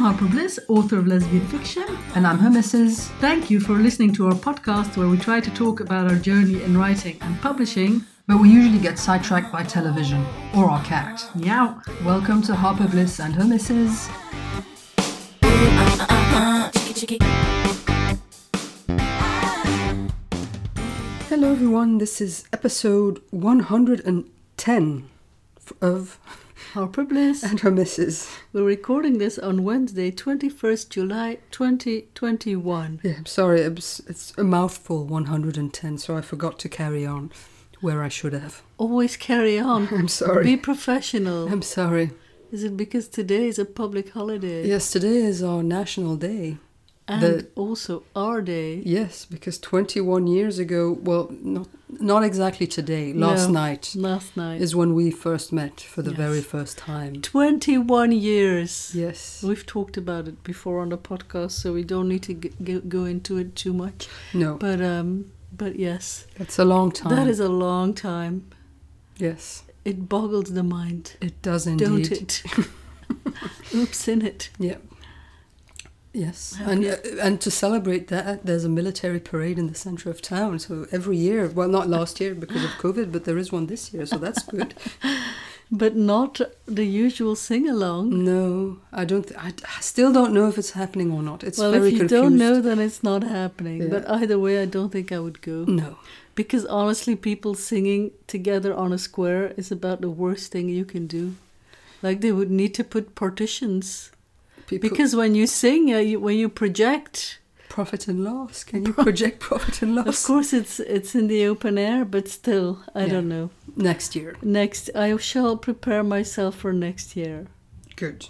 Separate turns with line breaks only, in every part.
Papa Bliss, author of lesbian fiction, and I'm her missus. Thank you for listening to our podcast where we try to talk about our journey in writing and publishing.
But we usually get sidetracked by television or our cat.
Meow.
Welcome to Harper Bliss and her missus. Hello, everyone. This is episode 110 f- of
Harper Bliss.
And Her Misses.
We're recording this on Wednesday, 21st July 2021.
Yeah, I'm sorry, it was- it's a mouthful 110, so I forgot to carry on where I should have.
Always carry on.
I'm sorry.
Be professional.
I'm sorry.
Is it because today is a public holiday?
Yes, today is our national day.
And
the-
also our day.
Yes, because 21 years ago, well, not not exactly today, last
No.
night
Last night.
is when we first met for the
Yes.
very first time.
21 years.
Yes.
We've talked about it before on the podcast, so we don't need to g- g- go into it too much.
No,
But um, but yes,
that's a long time.
that is a long time.
Yes,
It boggles the mind,
it does indeed.
don't it? Oops, in it.
Yeah. Yes,
Have
and
you-
uh, and to celebrate that, there's a military parade in the center of town. So every year, well, not last year because of COVID, but there is one this year, so that's good.
But not the usual sing along.
Mm, no, I don't. Th- I, d- I still don't know if it's happening or not. It's
Well,
very
if you
confused.
don't know, then it's not happening.
Yeah.
But either way, I don't think I would go.
no,
Because honestly, people singing together on a square is about the worst thing you can do. Like, they would need to put partitions.
people
Because when you sing, uh, you, when you project,
profit and loss. Can you project profit and
of
loss
course it's it's in the open air, but still, I
Yeah.
don't know.
next year?
Next, I shall prepare myself for next year.
Good.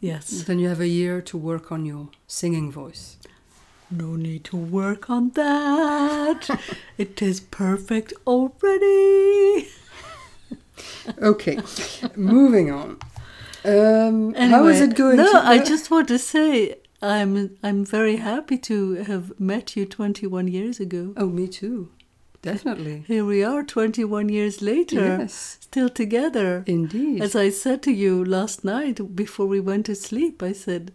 Yes.
Then you have a year to work on your singing voice.
No need to work on that. it is perfect already.
Okay, moving on. Um,
Anyway,
how is it going?
No,
to-
I just want to say I'm I'm very happy to have met you 21 years ago.
Oh, me too. Definitely.
Here we are, 21 years later,
Yes,
still together.
indeed.
As I said to you last night before we went to sleep, I said,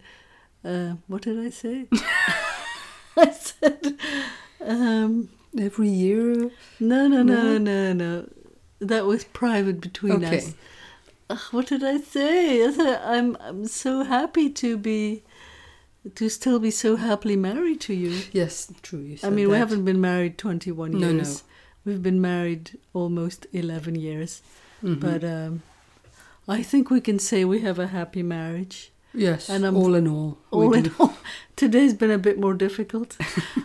uh, "What did I say?" I said, um,
Every year.
"No, no, no, no, no." That was private between
Okay.
us. Ugh, what did I say? I said, I'm I'm so happy to be to still be so happily married to you.
Yes, true. You
I
said
mean, we
that.
haven't been married 21
No, no.
years. We've been married almost 11 years.
Mhm.
But um, I think we can say we have a happy marriage.
yes,
and I'm-
all in all, we
All in
do.
all, today's been a bit more difficult.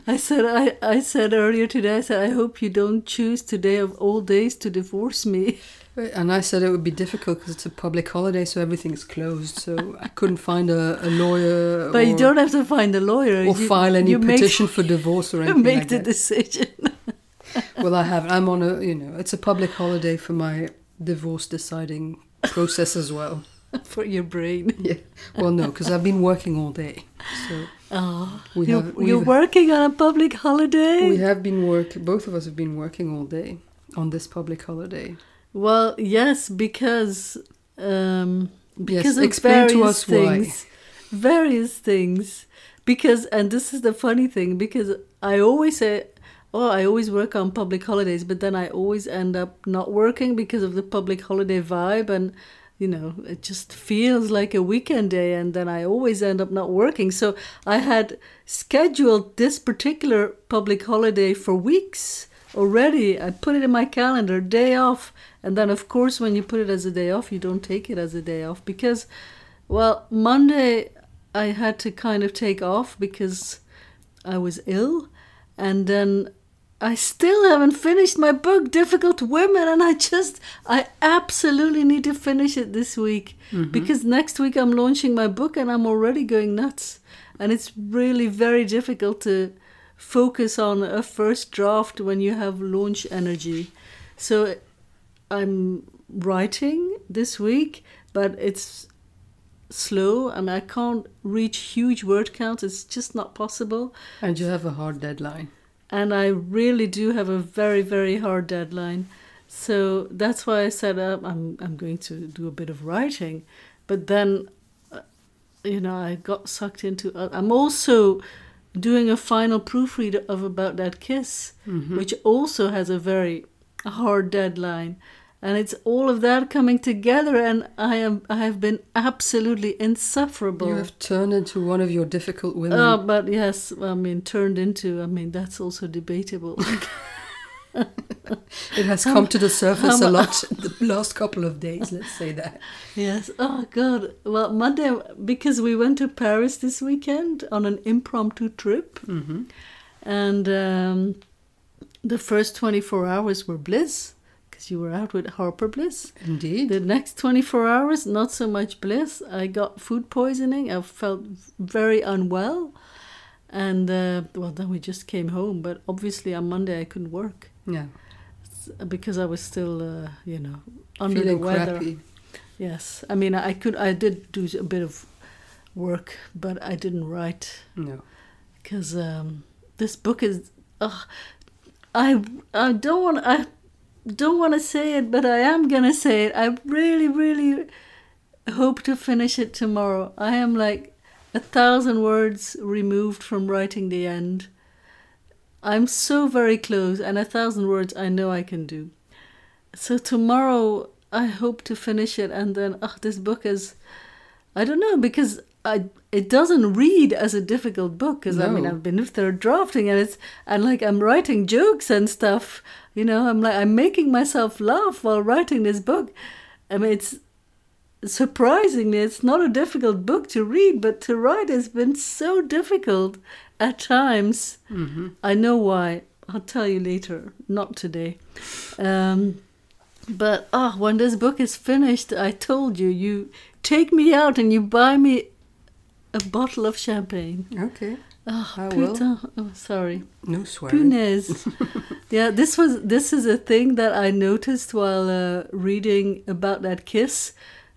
I said I, I said earlier today. I said I hope you don't choose today of all days to divorce me.
And I said it would be difficult because it's a public holiday, so everything's closed. So I couldn't find a, a lawyer.
But
or,
you don't have to find a lawyer
or
you,
file any
you make-
petition for divorce or
you
anything
make
like
the
that.
decision.
Well, I have. I'm on a. You know, it's a public holiday for my divorce deciding process as well.
for your brain.
Yeah. Well, no, because I've been working all day. So
Oh,
Ah, we
you're,
have.
you're
we've-
working on a public holiday.
We have been work. Both of us have been working all day on this public holiday.
Well, yes, because um, because of
explain to
various
us why.
things, various things. Because and this is the funny thing because I always say, oh, I always work on public holidays, but then I always end up not working because of the public holiday vibe and. You know, it just feels like a weekend day, and then I always end up not working. So I had scheduled this particular public holiday for weeks already. I put it in my calendar, day off. And then, of course, when you put it as a day off, you don't take it as a day off because, well, Monday I had to kind of take off because I was ill. And then I still haven't finished my book, Difficult Women. And I just, I absolutely need to finish it this week because next week I'm launching my book and I'm already going nuts. And it's really very difficult to focus on a first draft when you have launch energy. So I'm writing this week, but it's slow and I can't reach huge word counts. It's just not possible.
And you have a hard deadline.
And I really do have a very, very hard deadline. So that's why I said um, I'm, I'm going to do a bit of writing. But then uh, you know, I got sucked into. uh, I'm also doing a final proofread of About That Kiss,
Mm-hmm.
which also has a very hard deadline. And it's all of that coming together, and I am I have been absolutely insufferable.
You have turned into one of your difficult women.
Oh, but yes, I mean, turned into, I mean, that's also debatable.
it has come to the surface
how
a
mu-
lot the last couple of days, let's say that.
yes. Oh, God. Well, Monday, because we went to Paris this weekend on an impromptu trip,
Mm-hmm.
and um, the first 24 hours were bliss, because you were out with Harper Bliss.
Indeed.
The next 24 hours, not so much bliss. I got food poisoning. I felt very unwell. And, uh, well, then we just came home. But obviously, on Monday, I couldn't work.
Yeah.
because I was still, uh, you know, under
Feeling
the weather.
crappy.
Yes, I mean, I could, I did do a bit of work, but I didn't write
No.
because um, this book is. Ugh, I I don't want I don't want to say it, but I am gonna say it. I really really hope to finish it tomorrow. I am like a thousand words removed from writing the end. I'm so very close, and a thousand words I know I can do. So tomorrow I hope to finish it, and then ugh, this book is. I don't know because I it doesn't read as a difficult book because I mean
No.
I've been third drafting and it's and like I'm writing jokes and stuff. You know, I'm like I'm making myself laugh while writing this book. I mean, it's surprisingly it's not a difficult book to read, but to write has been so difficult at times.
Mm-hmm.
I know why. I'll tell you later, not today. Um, but ah, when this book is finished, I told you, you take me out and you buy me a bottle of champagne.
Okay.
Ah,
I will.
putain. Oh, sorry.
No swearing.
Punaise. yeah, this was this is a thing that I noticed while uh, reading about that kiss.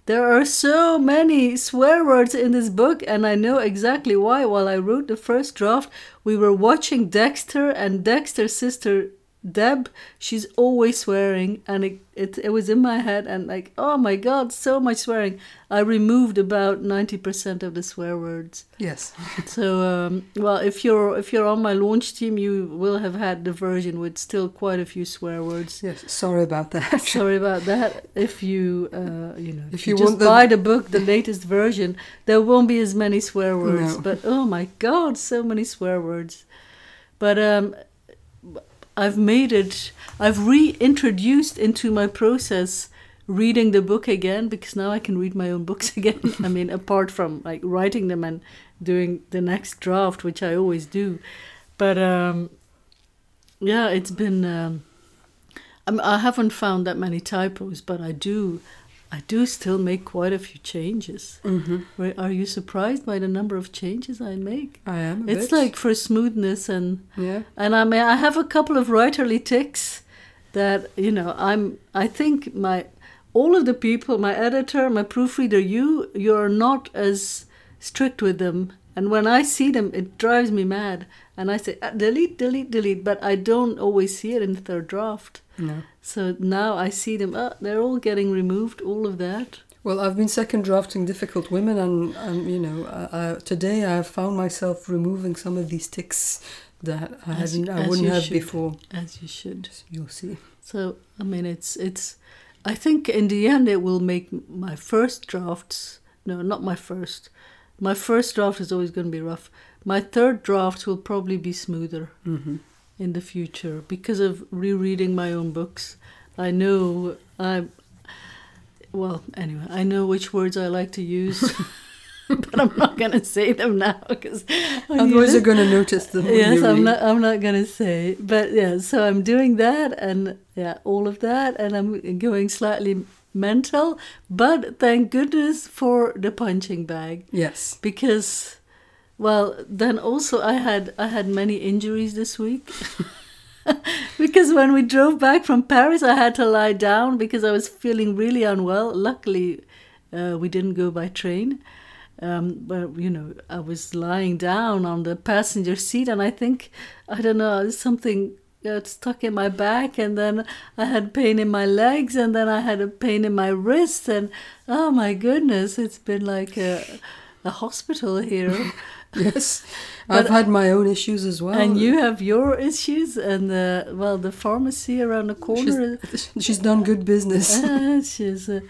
There are so many swear words in this book, and I know exactly why. While I wrote the first draft, we were watching Dexter, and Dexter's sister Deb, she's always swearing, and it, it, it was in my head, and like, oh my god, so much swearing. I removed about 90% of the swear words.
Yes.
So, um, well, if you're if you're on my launch team, you will have had the version with still quite a few swear words.
Yes. Sorry about that.
Sorry about that. If you uh, you know
If
if, you,
you
just
want the-
buy the book, the latest version, there won't be as many swear words.
No.
But oh my god, so many swear words. But um, I've made it. I've reintroduced into my process reading the book again because now I can read my own books again. I mean, apart from like writing them and doing the next draft, which I always do. But um, yeah, it's been. Um, I'm, I haven't found that many typos, but I do. I do still make quite a few changes.
Mm-hmm.
Were- Are you surprised by the number of changes I make?
I am. A
It's
bit.
like for smoothness and
Yeah.
and I mean, I have a couple of writerly ticks that you know. I'm. I think my all of the people, my editor, my proofreader, you, you're not as strict with them. And when I see them, it drives me mad. And I say "Ah, delete, delete, delete. But I don't always see it in the third draft.
No.
So now I see them. Ah, they're all getting removed. All of that.
Well, I've been second drafting difficult women, and, and you know, I, I, today I found myself removing some of these ticks that I
As-
hadn't, I
as
wouldn't
you
have
should.
before.
As you should.
You'll see.
So I mean, it's it's. I think in the end it will make my first drafts. No, not my first. My first draft is always going to be rough. My third draft will probably be smoother
Mm-hmm.
in the future because of rereading my own books. I know I. Well, anyway, I know which words I like to use, but I'm not going to say them now because
Otherwise, you're going to notice them. when
Yes,
you
I'm
read.
not. I'm not gonna say, but yeah. So I'm doing that, and yeah, all of that, and I'm going slightly mental. But thank goodness for the punching bag
Yes.
because, well, then also I had I had many injuries this week. because when we drove back from Paris, I had to lie down because I was feeling really unwell. Luckily, uh, we didn't go by train. Um, but you know, I was lying down on the passenger seat, and I think I don't know something got stuck in my back, and then I had pain in my legs, and then I had a pain in my wrist, and oh my goodness, it's been like a, a hospital hero,
Yes,
But-
I've had my own issues as well.
and you have your issues, and uh, well, the pharmacy around the corner. is-
she's, she's done good business.
Ah, she's, uh,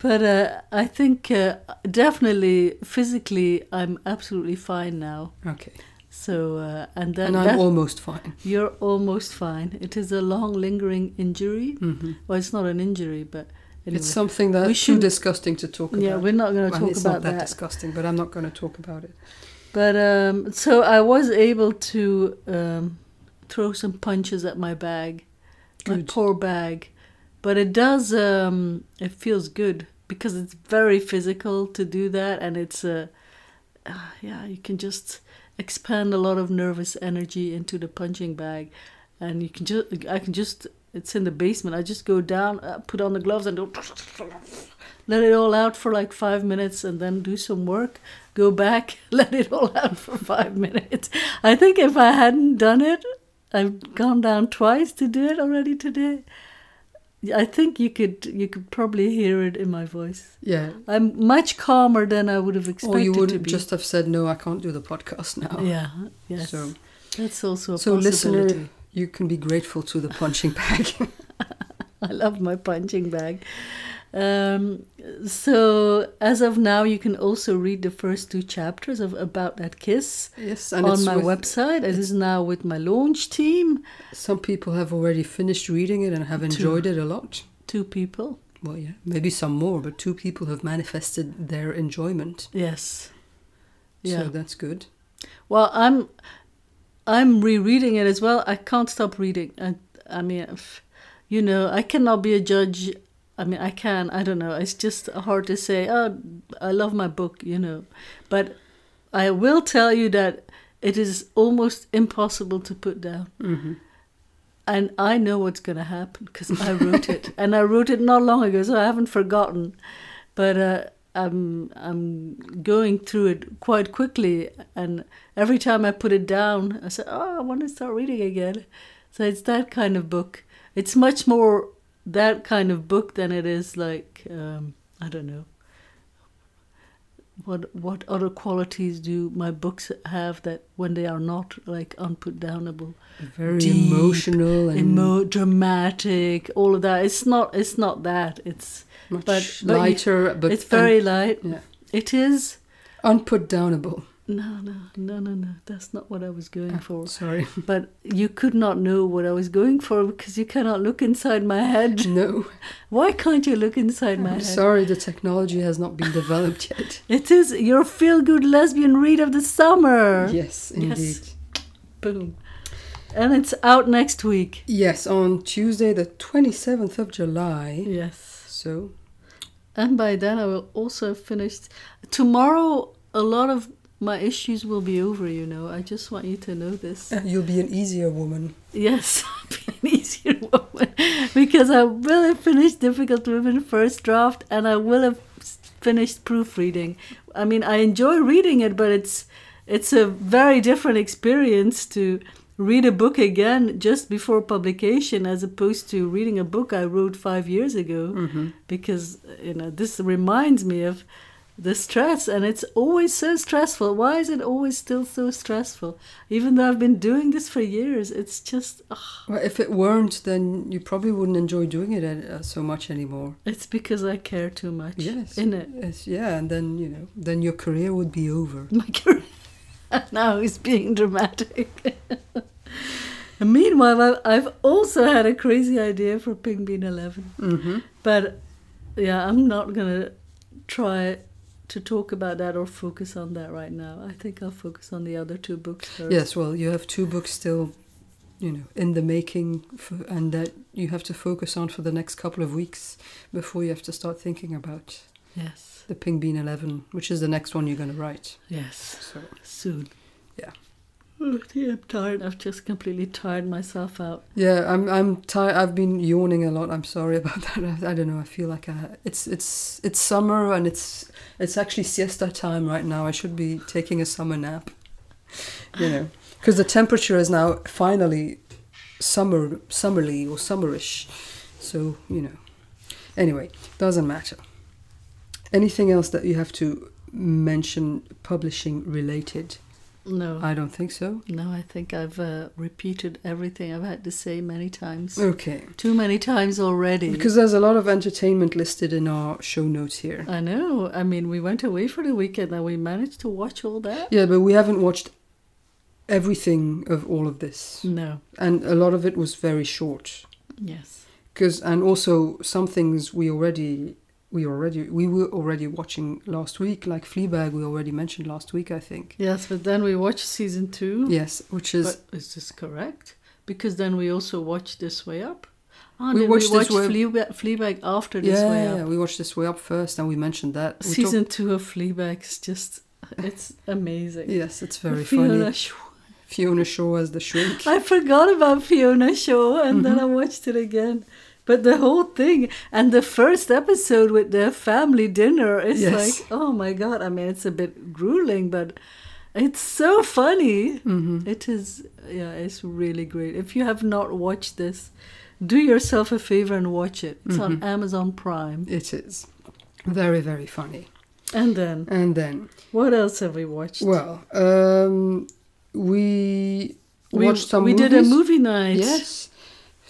but uh, I think uh, definitely physically, I'm absolutely fine now.
okay,
So uh, and then
and I'm
that-
almost fine.
you're almost fine. It is a long lingering injury.
hmm
Well, it's not an injury, but Mm-hmm. anyway.
It's something that's
We
too
shouldn't-
disgusting to talk about.
yeah, we're not going to
Well,
talk
it's
about
not that,
that.
disgusting, but I'm not going to talk about it.
But um, so I was able to um, throw some punches at my bag, my
Good.
poor bag. But it does. Um, it feels good because it's very physical to do that, and it's uh, uh, yeah, you can just expand a lot of nervous energy into the punching bag, and you can just I can just it's in the basement. I just go down, uh, put on the gloves, and do let it all out for like five minutes, and then do some work go back, let it all out for five minutes. I think if I hadn't done it, I've gone down twice to do it already today. I think you could you could probably hear it in my voice.
Yeah,
I'm much calmer than I would have expected
or Oh, you
to
wouldn't
be. Oh,
just have said no. I can't do the podcast now.
yeah, yes.
So,
That's also a
so
possibility.
listener, you can be grateful to the punching bag.
I love my punching bag. Um, so as of now, you can also read the first two chapters of About That Kiss
yes, and
on
it's
my
with-
website. It is now with my launch team,
Some people have already finished reading it and have enjoyed it a lot.
two people.
Well, yeah, maybe some more, but two people have manifested their enjoyment.
Yes. Yeah.
So that's good.
well, I'm I'm rereading it as well. I can't stop reading. I I mean, if- you know, I cannot be a judge. I mean, I can. I don't know. It's just hard to say. Oh, I love my book. You know, but I will tell you that it is almost impossible to put down.
hmm
And I know what's going to happen because I wrote it, and I wrote it not long ago, so I haven't forgotten. But uh, I'm I'm going through it quite quickly, and every time I put it down, I say, "Oh, I want to start reading again." So it's that kind of book. It's much more that kind of book than it is like um, I don't know. What what other qualities do my books have that when they are not like unputdownable?
Very
Deep,
emotional and
emo- dramatic, all of that. It's not. It's not that. It's
much
but- but
lighter, but
it's very light.
yeah.
It is.
un- unputdownable.
No, no, no, no, no. That's not what I was going
Ah.
for.
Sorry,
But you could not know what I was going for because you cannot look inside my head.
no.
Why can't you look inside my
I'm
head?
sorry, the technology has not been developed yet.
It is your feel-good lesbian read of the summer.
Yes, indeed. Yes.
Boom. And it's out next week.
on Tuesday, the twenty seventh of July.
Yes.
So
And by then, I will also have finished. Tomorrow, a lot of my issues will be over, you know. I just want you to know this.
uh, you'll be an easier woman.
yes, be an easier woman. Because I will have finished Difficult Women first draft and I will have s- finished proofreading. I mean, I enjoy reading it, but it's it's a very different experience to read a book again just before publication as opposed to reading a book I wrote five years ago
Mm-hmm.
because you know this reminds me of the stress and it's always so stressful why is it always still so stressful even though i've been doing this for years it's just ugh,
Well, if it weren't, then you probably wouldn't enjoy doing it uh, so much anymore.
it's because i care too much
Yes.
in it
Yes, yeah, and then you know, then your career would be over.
my career now is being dramatic and meanwhile I- i've also had a crazy idea for ping bean 11
Mm-hmm.
but yeah i'm not gonna try to talk about that or focus on that right now i think i'll focus on the other two books first
Yes, well, you have two books still, you know, in the making, for, and that you have to focus on for the next couple of weeks before you have to start thinking about
Yes,
the Ping Bean Eleven, which is the next one you're going to write.
yes,
So
soon.
Yeah.
Oh, dear, I'm tired. I've just completely tired myself out.
yeah, I'm I'm tired. I've been yawning a lot. I'm sorry about that. I, I don't know. I feel like I, it's it's it's summer and it's it's actually siesta time right now. I should be taking a summer nap. You know, because the temperature is now finally summer summerly or summerish. So you know. Anyway, doesn't matter. Anything else that you have to mention publishing related.
No.
I don't think so.
no, I think I've uh, repeated everything I've had to say many times.
Okay.
Too many times already.
Mm. Because there's a lot of entertainment listed in our show notes here.
I know. I mean, we went away for the weekend and we managed to watch all that.
Yeah, but we haven't watched everything of all of this.
No.
And a lot of it was very short.
Yes.
Cause, and also some things we already we already we were already watching last week, like Fleabag we already mentioned last week, I think.
Yes, but then we watched season two.
Yes, which is
But is this correct? Because then we also watched This Way Up. Ah,
We
did
watched
we watch
This Way Up.
Fleabag, Fleabag after This Way
yeah,
Up.
we watched this way up first, and we mentioned that We
Season two of Fleabag is just, it's
talked-
amazing.
yes, it's very
Fiona
funny.
Shaw.
Fiona Shaw as the shrink.
I forgot about Fiona Shaw and then I
Mm-hmm.
watched it again. But the whole thing and the first episode with their family dinner, it's
Yes.
like, oh my god. I mean, it's a bit grueling, but it's so funny.
hmm
It is, yeah, it's really great. If you have not watched this, do yourself a favor and watch it. It's
Mm-hmm.
on Amazon Prime.
It is very very funny.
And then,
And then,
what else have we watched?
well, um, we,
we,
watched some.
we
movies.
did a movie night.
Yes.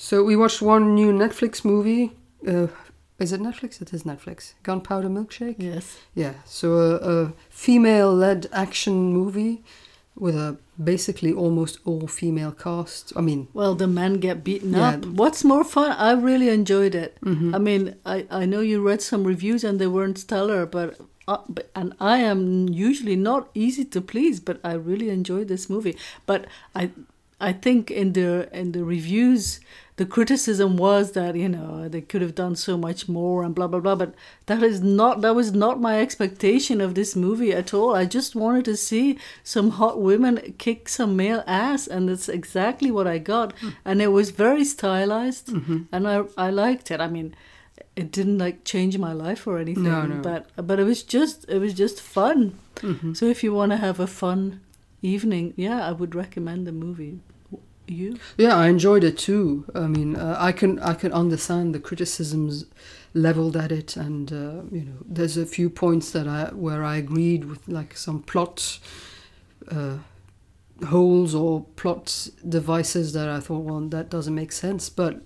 So we watched one new Netflix movie. Uh, is it Netflix? It is Netflix. Gunpowder Milkshake.
Yes.
Yeah, so a, a female-led action movie with a basically almost all-female cast. I mean,
Well, the men get beaten
Yeah.
up. What's more fun? I really enjoyed it.
Mhm.
I mean, I, I know you read some reviews and they weren't stellar, but, uh, but and I am usually not easy to please, but I really enjoyed this movie. But I I think in the in the reviews, the criticism was that you know they could have done so much more and blah blah blah. But that is not that was not my expectation of this movie at all. I just wanted to see some hot women kick some male ass, and that's exactly what I got.
Hmm.
And it was very stylized,
Mm-hmm.
and I I liked it. I mean, it didn't like change my life or anything,
no. Mm-hmm.
but but it was just it was just fun. So if you want to have a fun evening, yeah, I would recommend the movie. W- You?
yeah, I enjoyed it too. I mean, uh, I can I can understand the criticisms leveled at it, and uh, you know, there's a few points that I where I agreed with, like some plot uh, holes or plot devices that I thought, well, that doesn't make sense, but.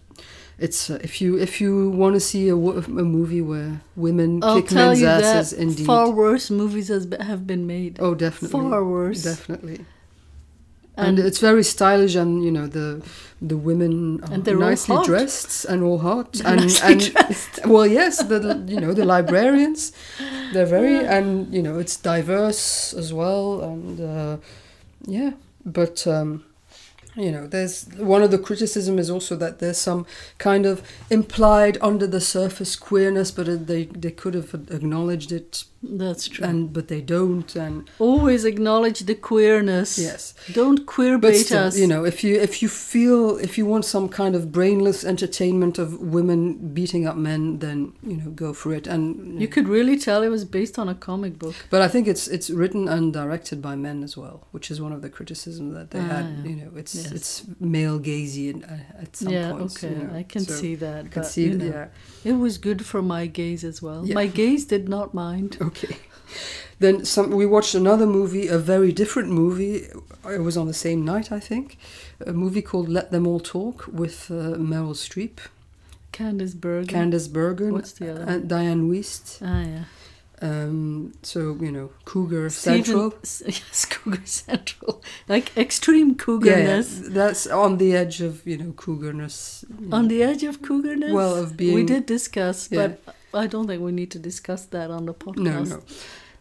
It's uh, if you if you want to see a, wo- a movie where women
I'll
kick
tell
men's
you
asses,
that
indeed.
far worse movies has, be- have been made.
Oh, definitely.
far worse.
Definitely.
and
And, it's very stylish, and you know the the women are
And they're all
nicely
hot.
dressed and all hot,
They're
and,
nicely
and well, yes, the you know the librarians, they're very and you know it's diverse as well, and uh, yeah, but um, you know there's one of the criticism is also that there's some kind of implied under the surface queerness, but it- they they could have acknowledged it,
that's true.
and but they don't, and
Always acknowledge the queerness.
yes.
Don't queer
But
bait
still,
us.
you know, if you if you feel if you want some kind of brainless entertainment of women beating up men, then you know go for it. And
You could really tell it was based on a comic book.
but I think it's it's written and directed by men as well, which is one of the criticisms that they
Ah,
had.
yeah.
You know, it's
Yes.
it's male gazy in- uh, at some
yeah,
points.
okay,
you know,
I can
so
see that.
I can
but,
see.
you
it,
know,
Yeah.
It was good for my gaze as well.
Yeah.
My gaze did not mind.
Okay. Then some. We watched another movie, a very different movie. It was on the same night, I think. A movie called "Let Them All Talk" with uh, Meryl Streep.
Candice Bergen.
Candace Bergen,
Mm-hmm.
uh,
What's the other
and Diane Wiest.
ah, yeah.
Um, so you know, Cougar
Steven-
Central.
S- Yes, Cougar Central. Like extreme
Yeah, yeah,
cougerness.
that's on the edge of you know cougerness. you know.
On the edge of cougerness?
Well, of being-
We did discuss, but I don't think we need to discuss that on the podcast.
no, no.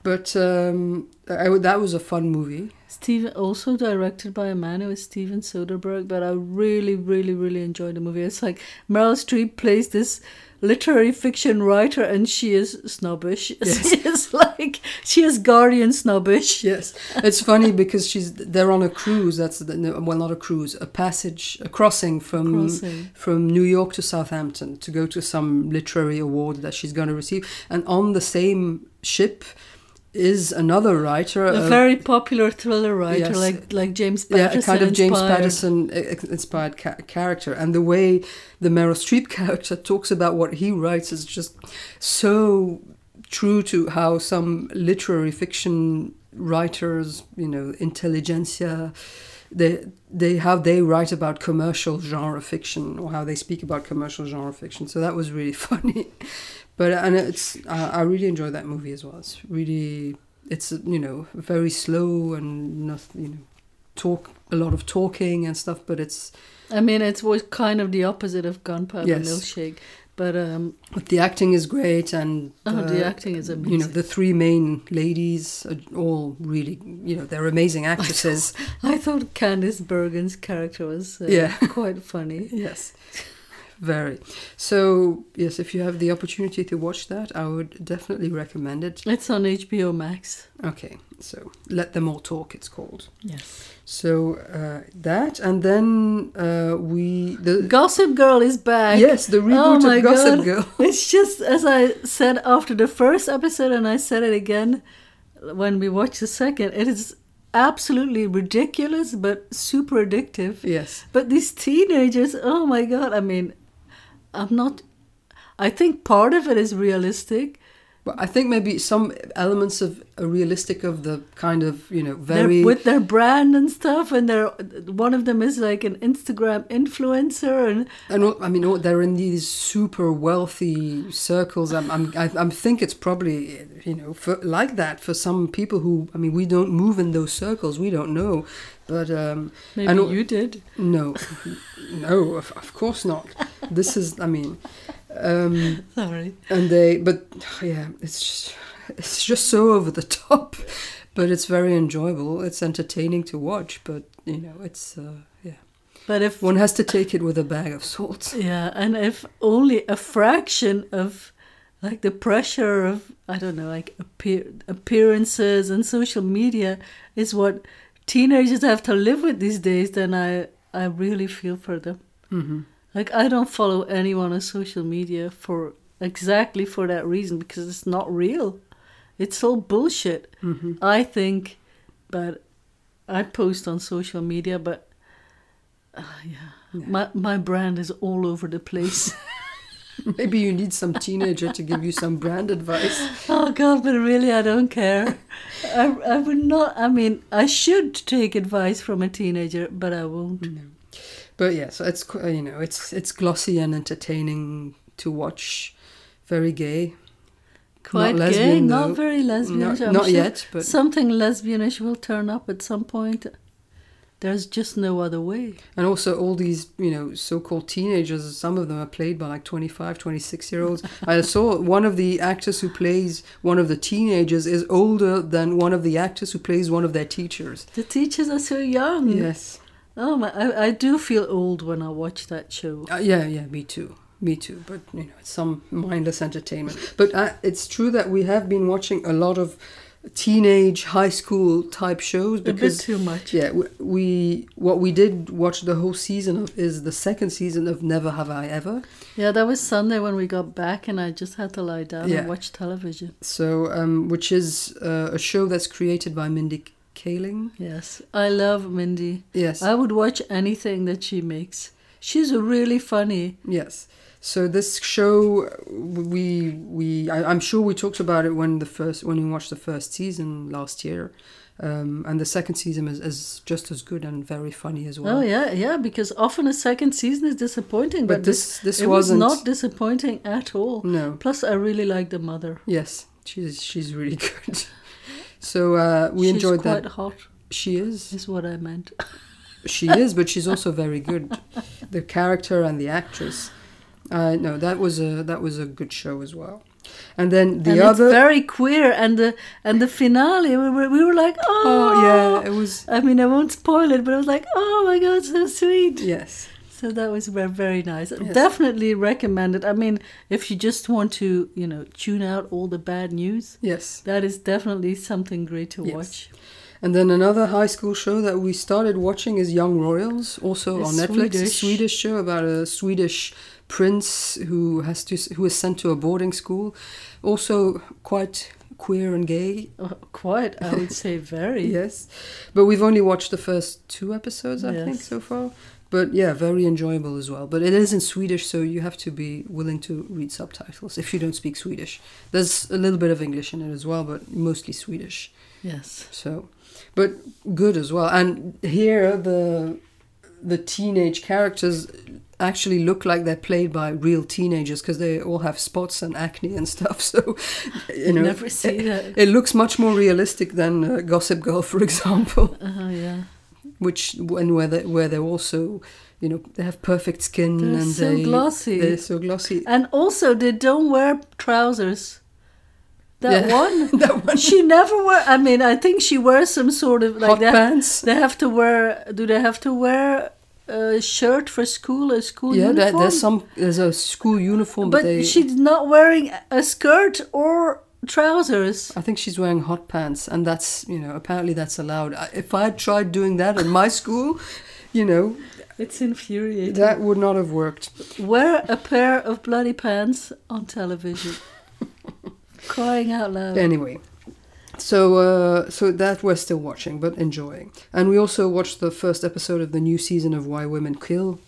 But um, I would- that was a fun movie.
Steven, also directed by a man who is Steven Soderbergh, but I really, really, really enjoyed the movie. It's like Meryl Streep plays this literary fiction writer and she is snobbish. She is like, she is guardian snobbish.
Yes, it's funny because she's they're on a cruise. That's the, no, well, not a cruise, a passage, a crossing from
Crossing.
from New York to Southampton to go to some literary award that she's going to receive. And on the same ship is another writer,
A
a-
very popular thriller writer,
yes.
like like James
yeah,
Patterson.
a kind of James
inspired.
Patterson Patterson inspired ca- character, and the way the Meryl Streep character talks about what he writes is just so true to how some literary fiction writers, you know, intelligentsia, they they how they write about commercial genre fiction or how they speak about commercial genre fiction. So that was really funny, but and it's I, I really enjoyed that movie as well. It's really it's you know very slow and not you know talk a lot of talking and stuff, but it's
I mean, it was kind of the opposite of Gunpowder
Yes.
Milkshake, but um,
But the acting is great, and
Oh, the acting is
You know,
amazing.
the three main ladies are all really, you know, they're amazing actresses.
I thought Candice Bergen's character was uh,
Yeah.
quite funny.
yes, very. So yes, if you have the opportunity to watch that, I would definitely recommend it.
It's on HBO Max.
Okay, so let them all talk. It's called.
Yes.
So uh, that, and then uh, we the
Gossip Girl is back.
yes the
Oh
reboot
my
of Gossip
God.
Girl.
It's just as I said after the first episode, and I said it again when we watched the second. It is absolutely ridiculous, but super addictive.
Yes,
But these teenagers, oh my god! I mean, I'm not. I think part of it is realistic.
but I think maybe some elements of uh, realistic of the kind of you know
They're-
very
with their brand and stuff, and they're one of them is like an Instagram influencer, and
And all- I mean, all, they're in these super wealthy circles. I'm, I'm, I, I'm think it's probably, you know, for, like that for some people who, I mean, we don't move in those circles. We don't know, but um,
maybe
and all-
you did.
no, no, of, of course not. This is, I mean, um,
Sorry.
and they, but yeah, it's just, it's just so over the top, but it's very enjoyable. It's entertaining to watch, but you know, it's uh, yeah,
But if
one has to take it with a bag of salt.
yeah, and if only a fraction of like the pressure of I don't know, like appear, appearances and social media is what teenagers have to live with these days, then I I really feel for them.
hmm
Like I don't follow anyone on social media for exactly for that reason because it's not real. It's all bullshit.
Mhm.
I think, but I post on social media, but uh, yeah.
Yeah.
my my brand is all over the place.
Maybe you need some teenager to give you some brand advice.
oh God, but really, I don't care. I I would not. I mean, I should take advice from a teenager, but I won't.
But yeah, so it's qu- you know it's it's glossy and entertaining to watch. Very gay,
Quite gay,
lesbian,
not
though.
very lesbianish.
not,
I'm
not
sure.
yet, but
something lesbianish will turn up at some point. There's just no other way.
and also all these you know so-called teenagers. Some of them are played by like 25, 26 year olds. I saw one of the actors who plays one of the teenagers is older than one of the actors who plays one of their teachers.
The teachers are so young.
Yes,
Oh my! I, I do feel old when I watch that show.
Uh, yeah, yeah, me too. Me too, but you know, it's some mindless entertainment. But uh, it's true that we have been watching a lot of teenage high school type shows
A bit
because
too much.
yeah, we, we what we did watch the whole season of is the second season of Never Have I Ever.
Yeah, that was Sunday when we got back, and I just had to lie down
Yeah.
and watch television.
So, um, which is uh, a show that's created by Mindy Kaling.
Yes, I love Mindy.
Yes.
I would watch anything that she makes. She's really funny.
Yes. So this show, we we I, I'm sure we talked about it when the first when we watched the first season last year, um, and the second season is, is just as good and very funny as well.
Oh yeah, yeah. Because often a second season is disappointing,
But,
but,
this this
it
wasn't
was not disappointing at all.
no.
Plus, I really like the mother.
Yes, she's she's really good. So uh, we
She's
enjoyed
quite
that.
hot
She is,
is what I meant.
she is, but she's also very good. The character and the actress. Uh, no, that was a that was a good show as well. And then the
and
other.
it's very queer, and the and the finale, we were, we were like, oh,
oh yeah, it was.
I mean, I won't spoil it, but I was like, oh my god, so sweet.
Yes.
So that was ve- very nice.
Yes.
Definitely recommend it. I mean, if you just want to, you know, tune out all the bad news,
Yes.
that is definitely something great to
Yes.
watch.
And then another high school show that we started watching is Young Royals, also
It's
on Netflix, a
Swedish.
Swedish show about a Swedish prince who has to who is sent to a boarding school, also quite queer and gay.
Oh, quite, I would say, very.
Yes, but we've only watched the first two episodes, I think,
Yes.
so far. But yeah, very enjoyable as well. But it is in Swedish, so you have to be willing to read subtitles if you don't speak Swedish. There's a little bit of English in it as well, but mostly Swedish.
Yes.
So, but good as well. And here the the teenage characters actually look like they're played by real teenagers because they all have spots and acne and stuff. So, you know, eh,
Never see that.
it looks much more realistic than uh, Gossip Girl, for example,
Uh-huh, yeah.
which and where they where they're also, you know, they have perfect skin
They're
and
so
they,
glossy.
They're so glossy.
And also, they don't wear trousers. That
Yeah.
one,
that one
she never wear. I mean, I think she wears some sort of like
hot
they, have,
pants.
they have to wear. Do they have to wear a shirt for school? A school
Yeah, there,
uniform?
there's some there's a school uniform, but,
But
they,
she's not wearing a skirt or trousers.
I think she's wearing hot pants, and that's you know apparently that's allowed. I- If I had tried doing that in my school, you know
It's infuriating.
that would not have worked.
Wear a pair of bloody pants on television. Crying out loud.
Anyway, so uh, so that we're still watching but enjoying, and we also watched the first episode of the new season of Why Women Kill,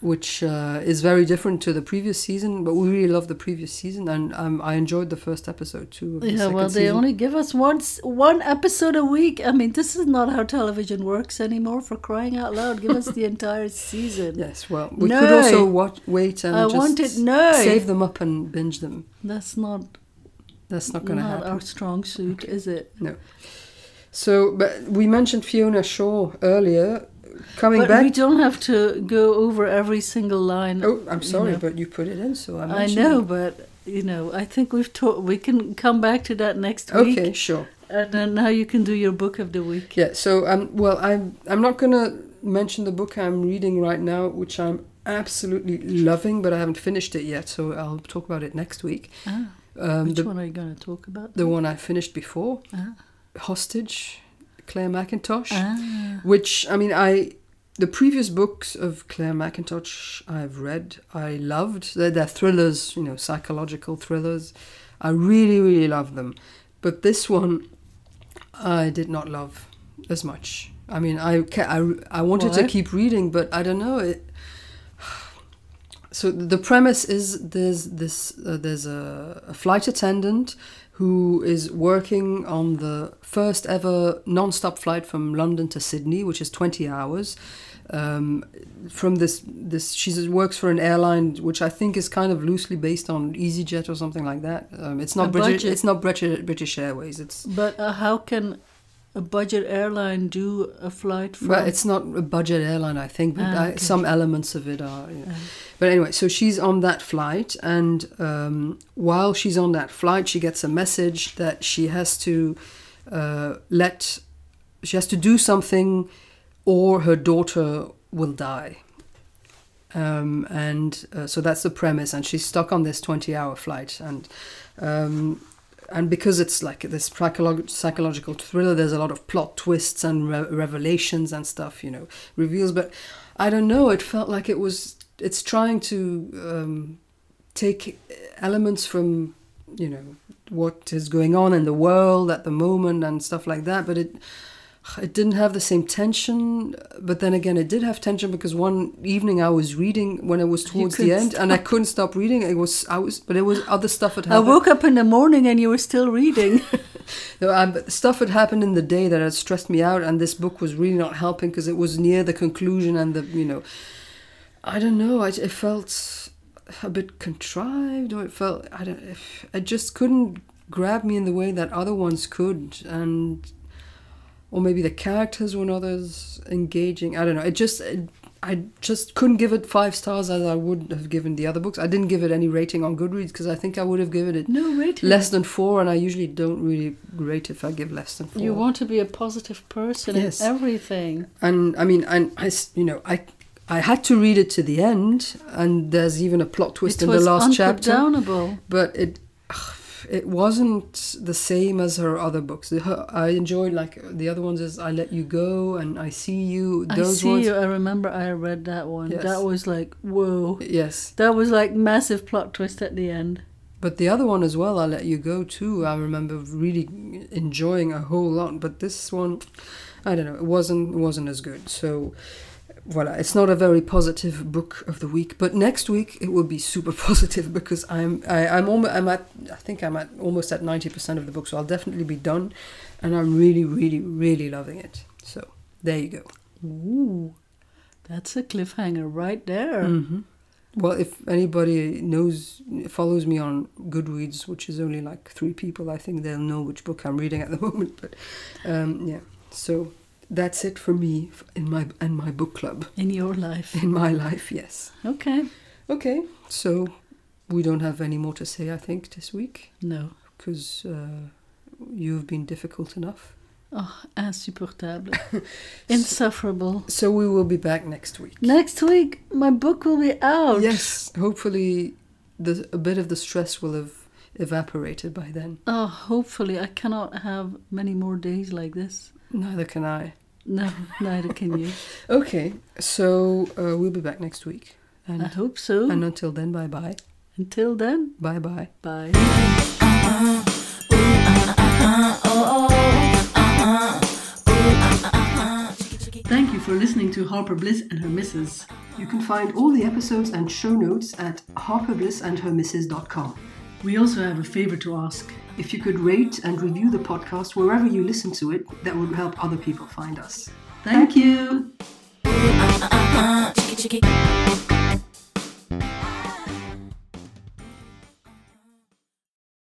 which uh, is very different to the previous season. But we really love the previous season, and um, I enjoyed the first episode too. Of the
Yeah,
second
well, they
season.
only give us once one episode a week. I mean, this is not how television works anymore. For crying out loud, give us the entire season.
Yes, well, we
No.
could also watch, wait and
I
just
wanted- no.
save them up and binge them.
That's not
That's not
not,
going to happen.
our strong suit, is it?
So, but we mentioned Fiona Shaw earlier. Coming
but
back.
we don't have to go over every single line.
oh, I'm
you
sorry,
know.
but you put it in, so I
I
mentioned
know,
it.
but you know, I think we've taught. We can come back to that next week,
Okay, sure.
and then now you can do your book of the week.
Yeah. So, um, well, I'm I'm not gonna mention the book I'm reading right now, which I'm absolutely loving, but I haven't finished it yet. So I'll talk about it next week.
Ah,
Um,
which
the
one are you going to talk about?
the one I finished before,
Ah.
Hostage, Claire McIntosh.
Ah,
which I mean, I the previous books of Claire McIntosh I've read, I loved. They're, they're thrillers, you know, psychological thrillers. I really, really love them, but this one I did not love as much. I mean, I ca- I, I wanted to
Why?
keep reading, but I don't know it. So the premise is there's this uh, there's a, a flight attendant who is working on the first ever non-stop flight from London to Sydney, which is 20 hours. Um, from this this she works for an airline which I think is kind of loosely based on EasyJet or something like that. Um, it's
A
not British.
budget.
It's not British British Airways. It's
but uh, how can a budget airline do a flight from?
Well, it's not a budget airline, I think, but
Ah,
I,
okay. Ah.
some elements of it are. You know. But anyway, so she's on that flight, and um, while she's on that flight, she gets a message that she has to uh, let, she has to do something, or her daughter will die. Um, and uh, so that's the premise, and she's stuck on this twenty-hour flight, and um, and because it's like this psycholo- psychological thriller, there's a lot of plot twists and re- revelations and stuff, you know, reveals. But I don't know. It felt like it was. It's trying to um, take elements from, you know, what is going on in the world at the moment and stuff like that. But it it didn't have the same tension. But then again, it did have tension because one evening I was reading when it was towards the
couldn't
end, and I couldn't stop reading. It was I was, but it was other stuff had
I
happened.
woke up in the morning and you were still reading.
No, um, but stuff had happened in the day that had stressed me out, and this book was really not helping because it was near the conclusion and the you know, I don't know. I, it felt a bit contrived, or it felt I don't. If, it just couldn't grab me in the way that other ones could, and or maybe the characters were not as engaging. I don't know. It just. It, I just couldn't give it five stars as I would have given the other books. I didn't give it any rating on Goodreads because I think I would have given it
no, wait.
less than four, and I usually don't really rate if I give less than four.
You want to be a positive person
Yes.
in everything.
and I mean, and I, s- you know, I, I had to read it to the end, and there's even a plot twist
it
in
was
the last chapter.
unputdownable.
But it, ugh, it wasn't the same as her other books. Her, I enjoyed like the other ones is I Let You Go and I See You.
I
Those
see
ones,
you. I remember I read that one.
Yes.
That was like whoa.
yes.
That was like massive plot twist at the end.
But the other one as well, I Let You Go too. I remember really enjoying a whole lot. But this one, I don't know, it wasn't it wasn't as good. So, Voilà, it's not a very positive book of the week, but next week it will be super positive because I'm I, I'm almost I'm at I think I'm at almost at ninety percent of the book, so I'll definitely be done, and I'm really really really loving it. So there you go.
Ooh, that's a cliffhanger right there.
hmm Well, if anybody knows follows me on Goodreads, which is only like three people, I think they'll know which book I'm reading at the moment. But um, yeah, so that's it for me f- in my and my book club
In your life.
in my life. Yes.
Okay.
Okay, so we don't have any more to say, I think, this week
No.
because uh, you've been difficult enough.
Oh, insupportable. Insufferable.
So we will be back next week.
Next week, my book will be out.
Yes, hopefully, the a bit of the stress will have evaporated by then.
Oh, hopefully. I cannot have many more days like this.
Neither can I.
No, neither can you.
Okay, so uh, we'll be back next week.
I
And,
hope so.
and until then, bye bye.
Until then,
Bye bye.
bye. Thank you for listening to Harper Bliss and her missus.
You can find all the episodes and show notes at harperblisandhermisses.com.
We also have a favor to ask.
If you could rate and review the podcast wherever you listen to it, that would help other people find us.
Thank you.
chicky chicky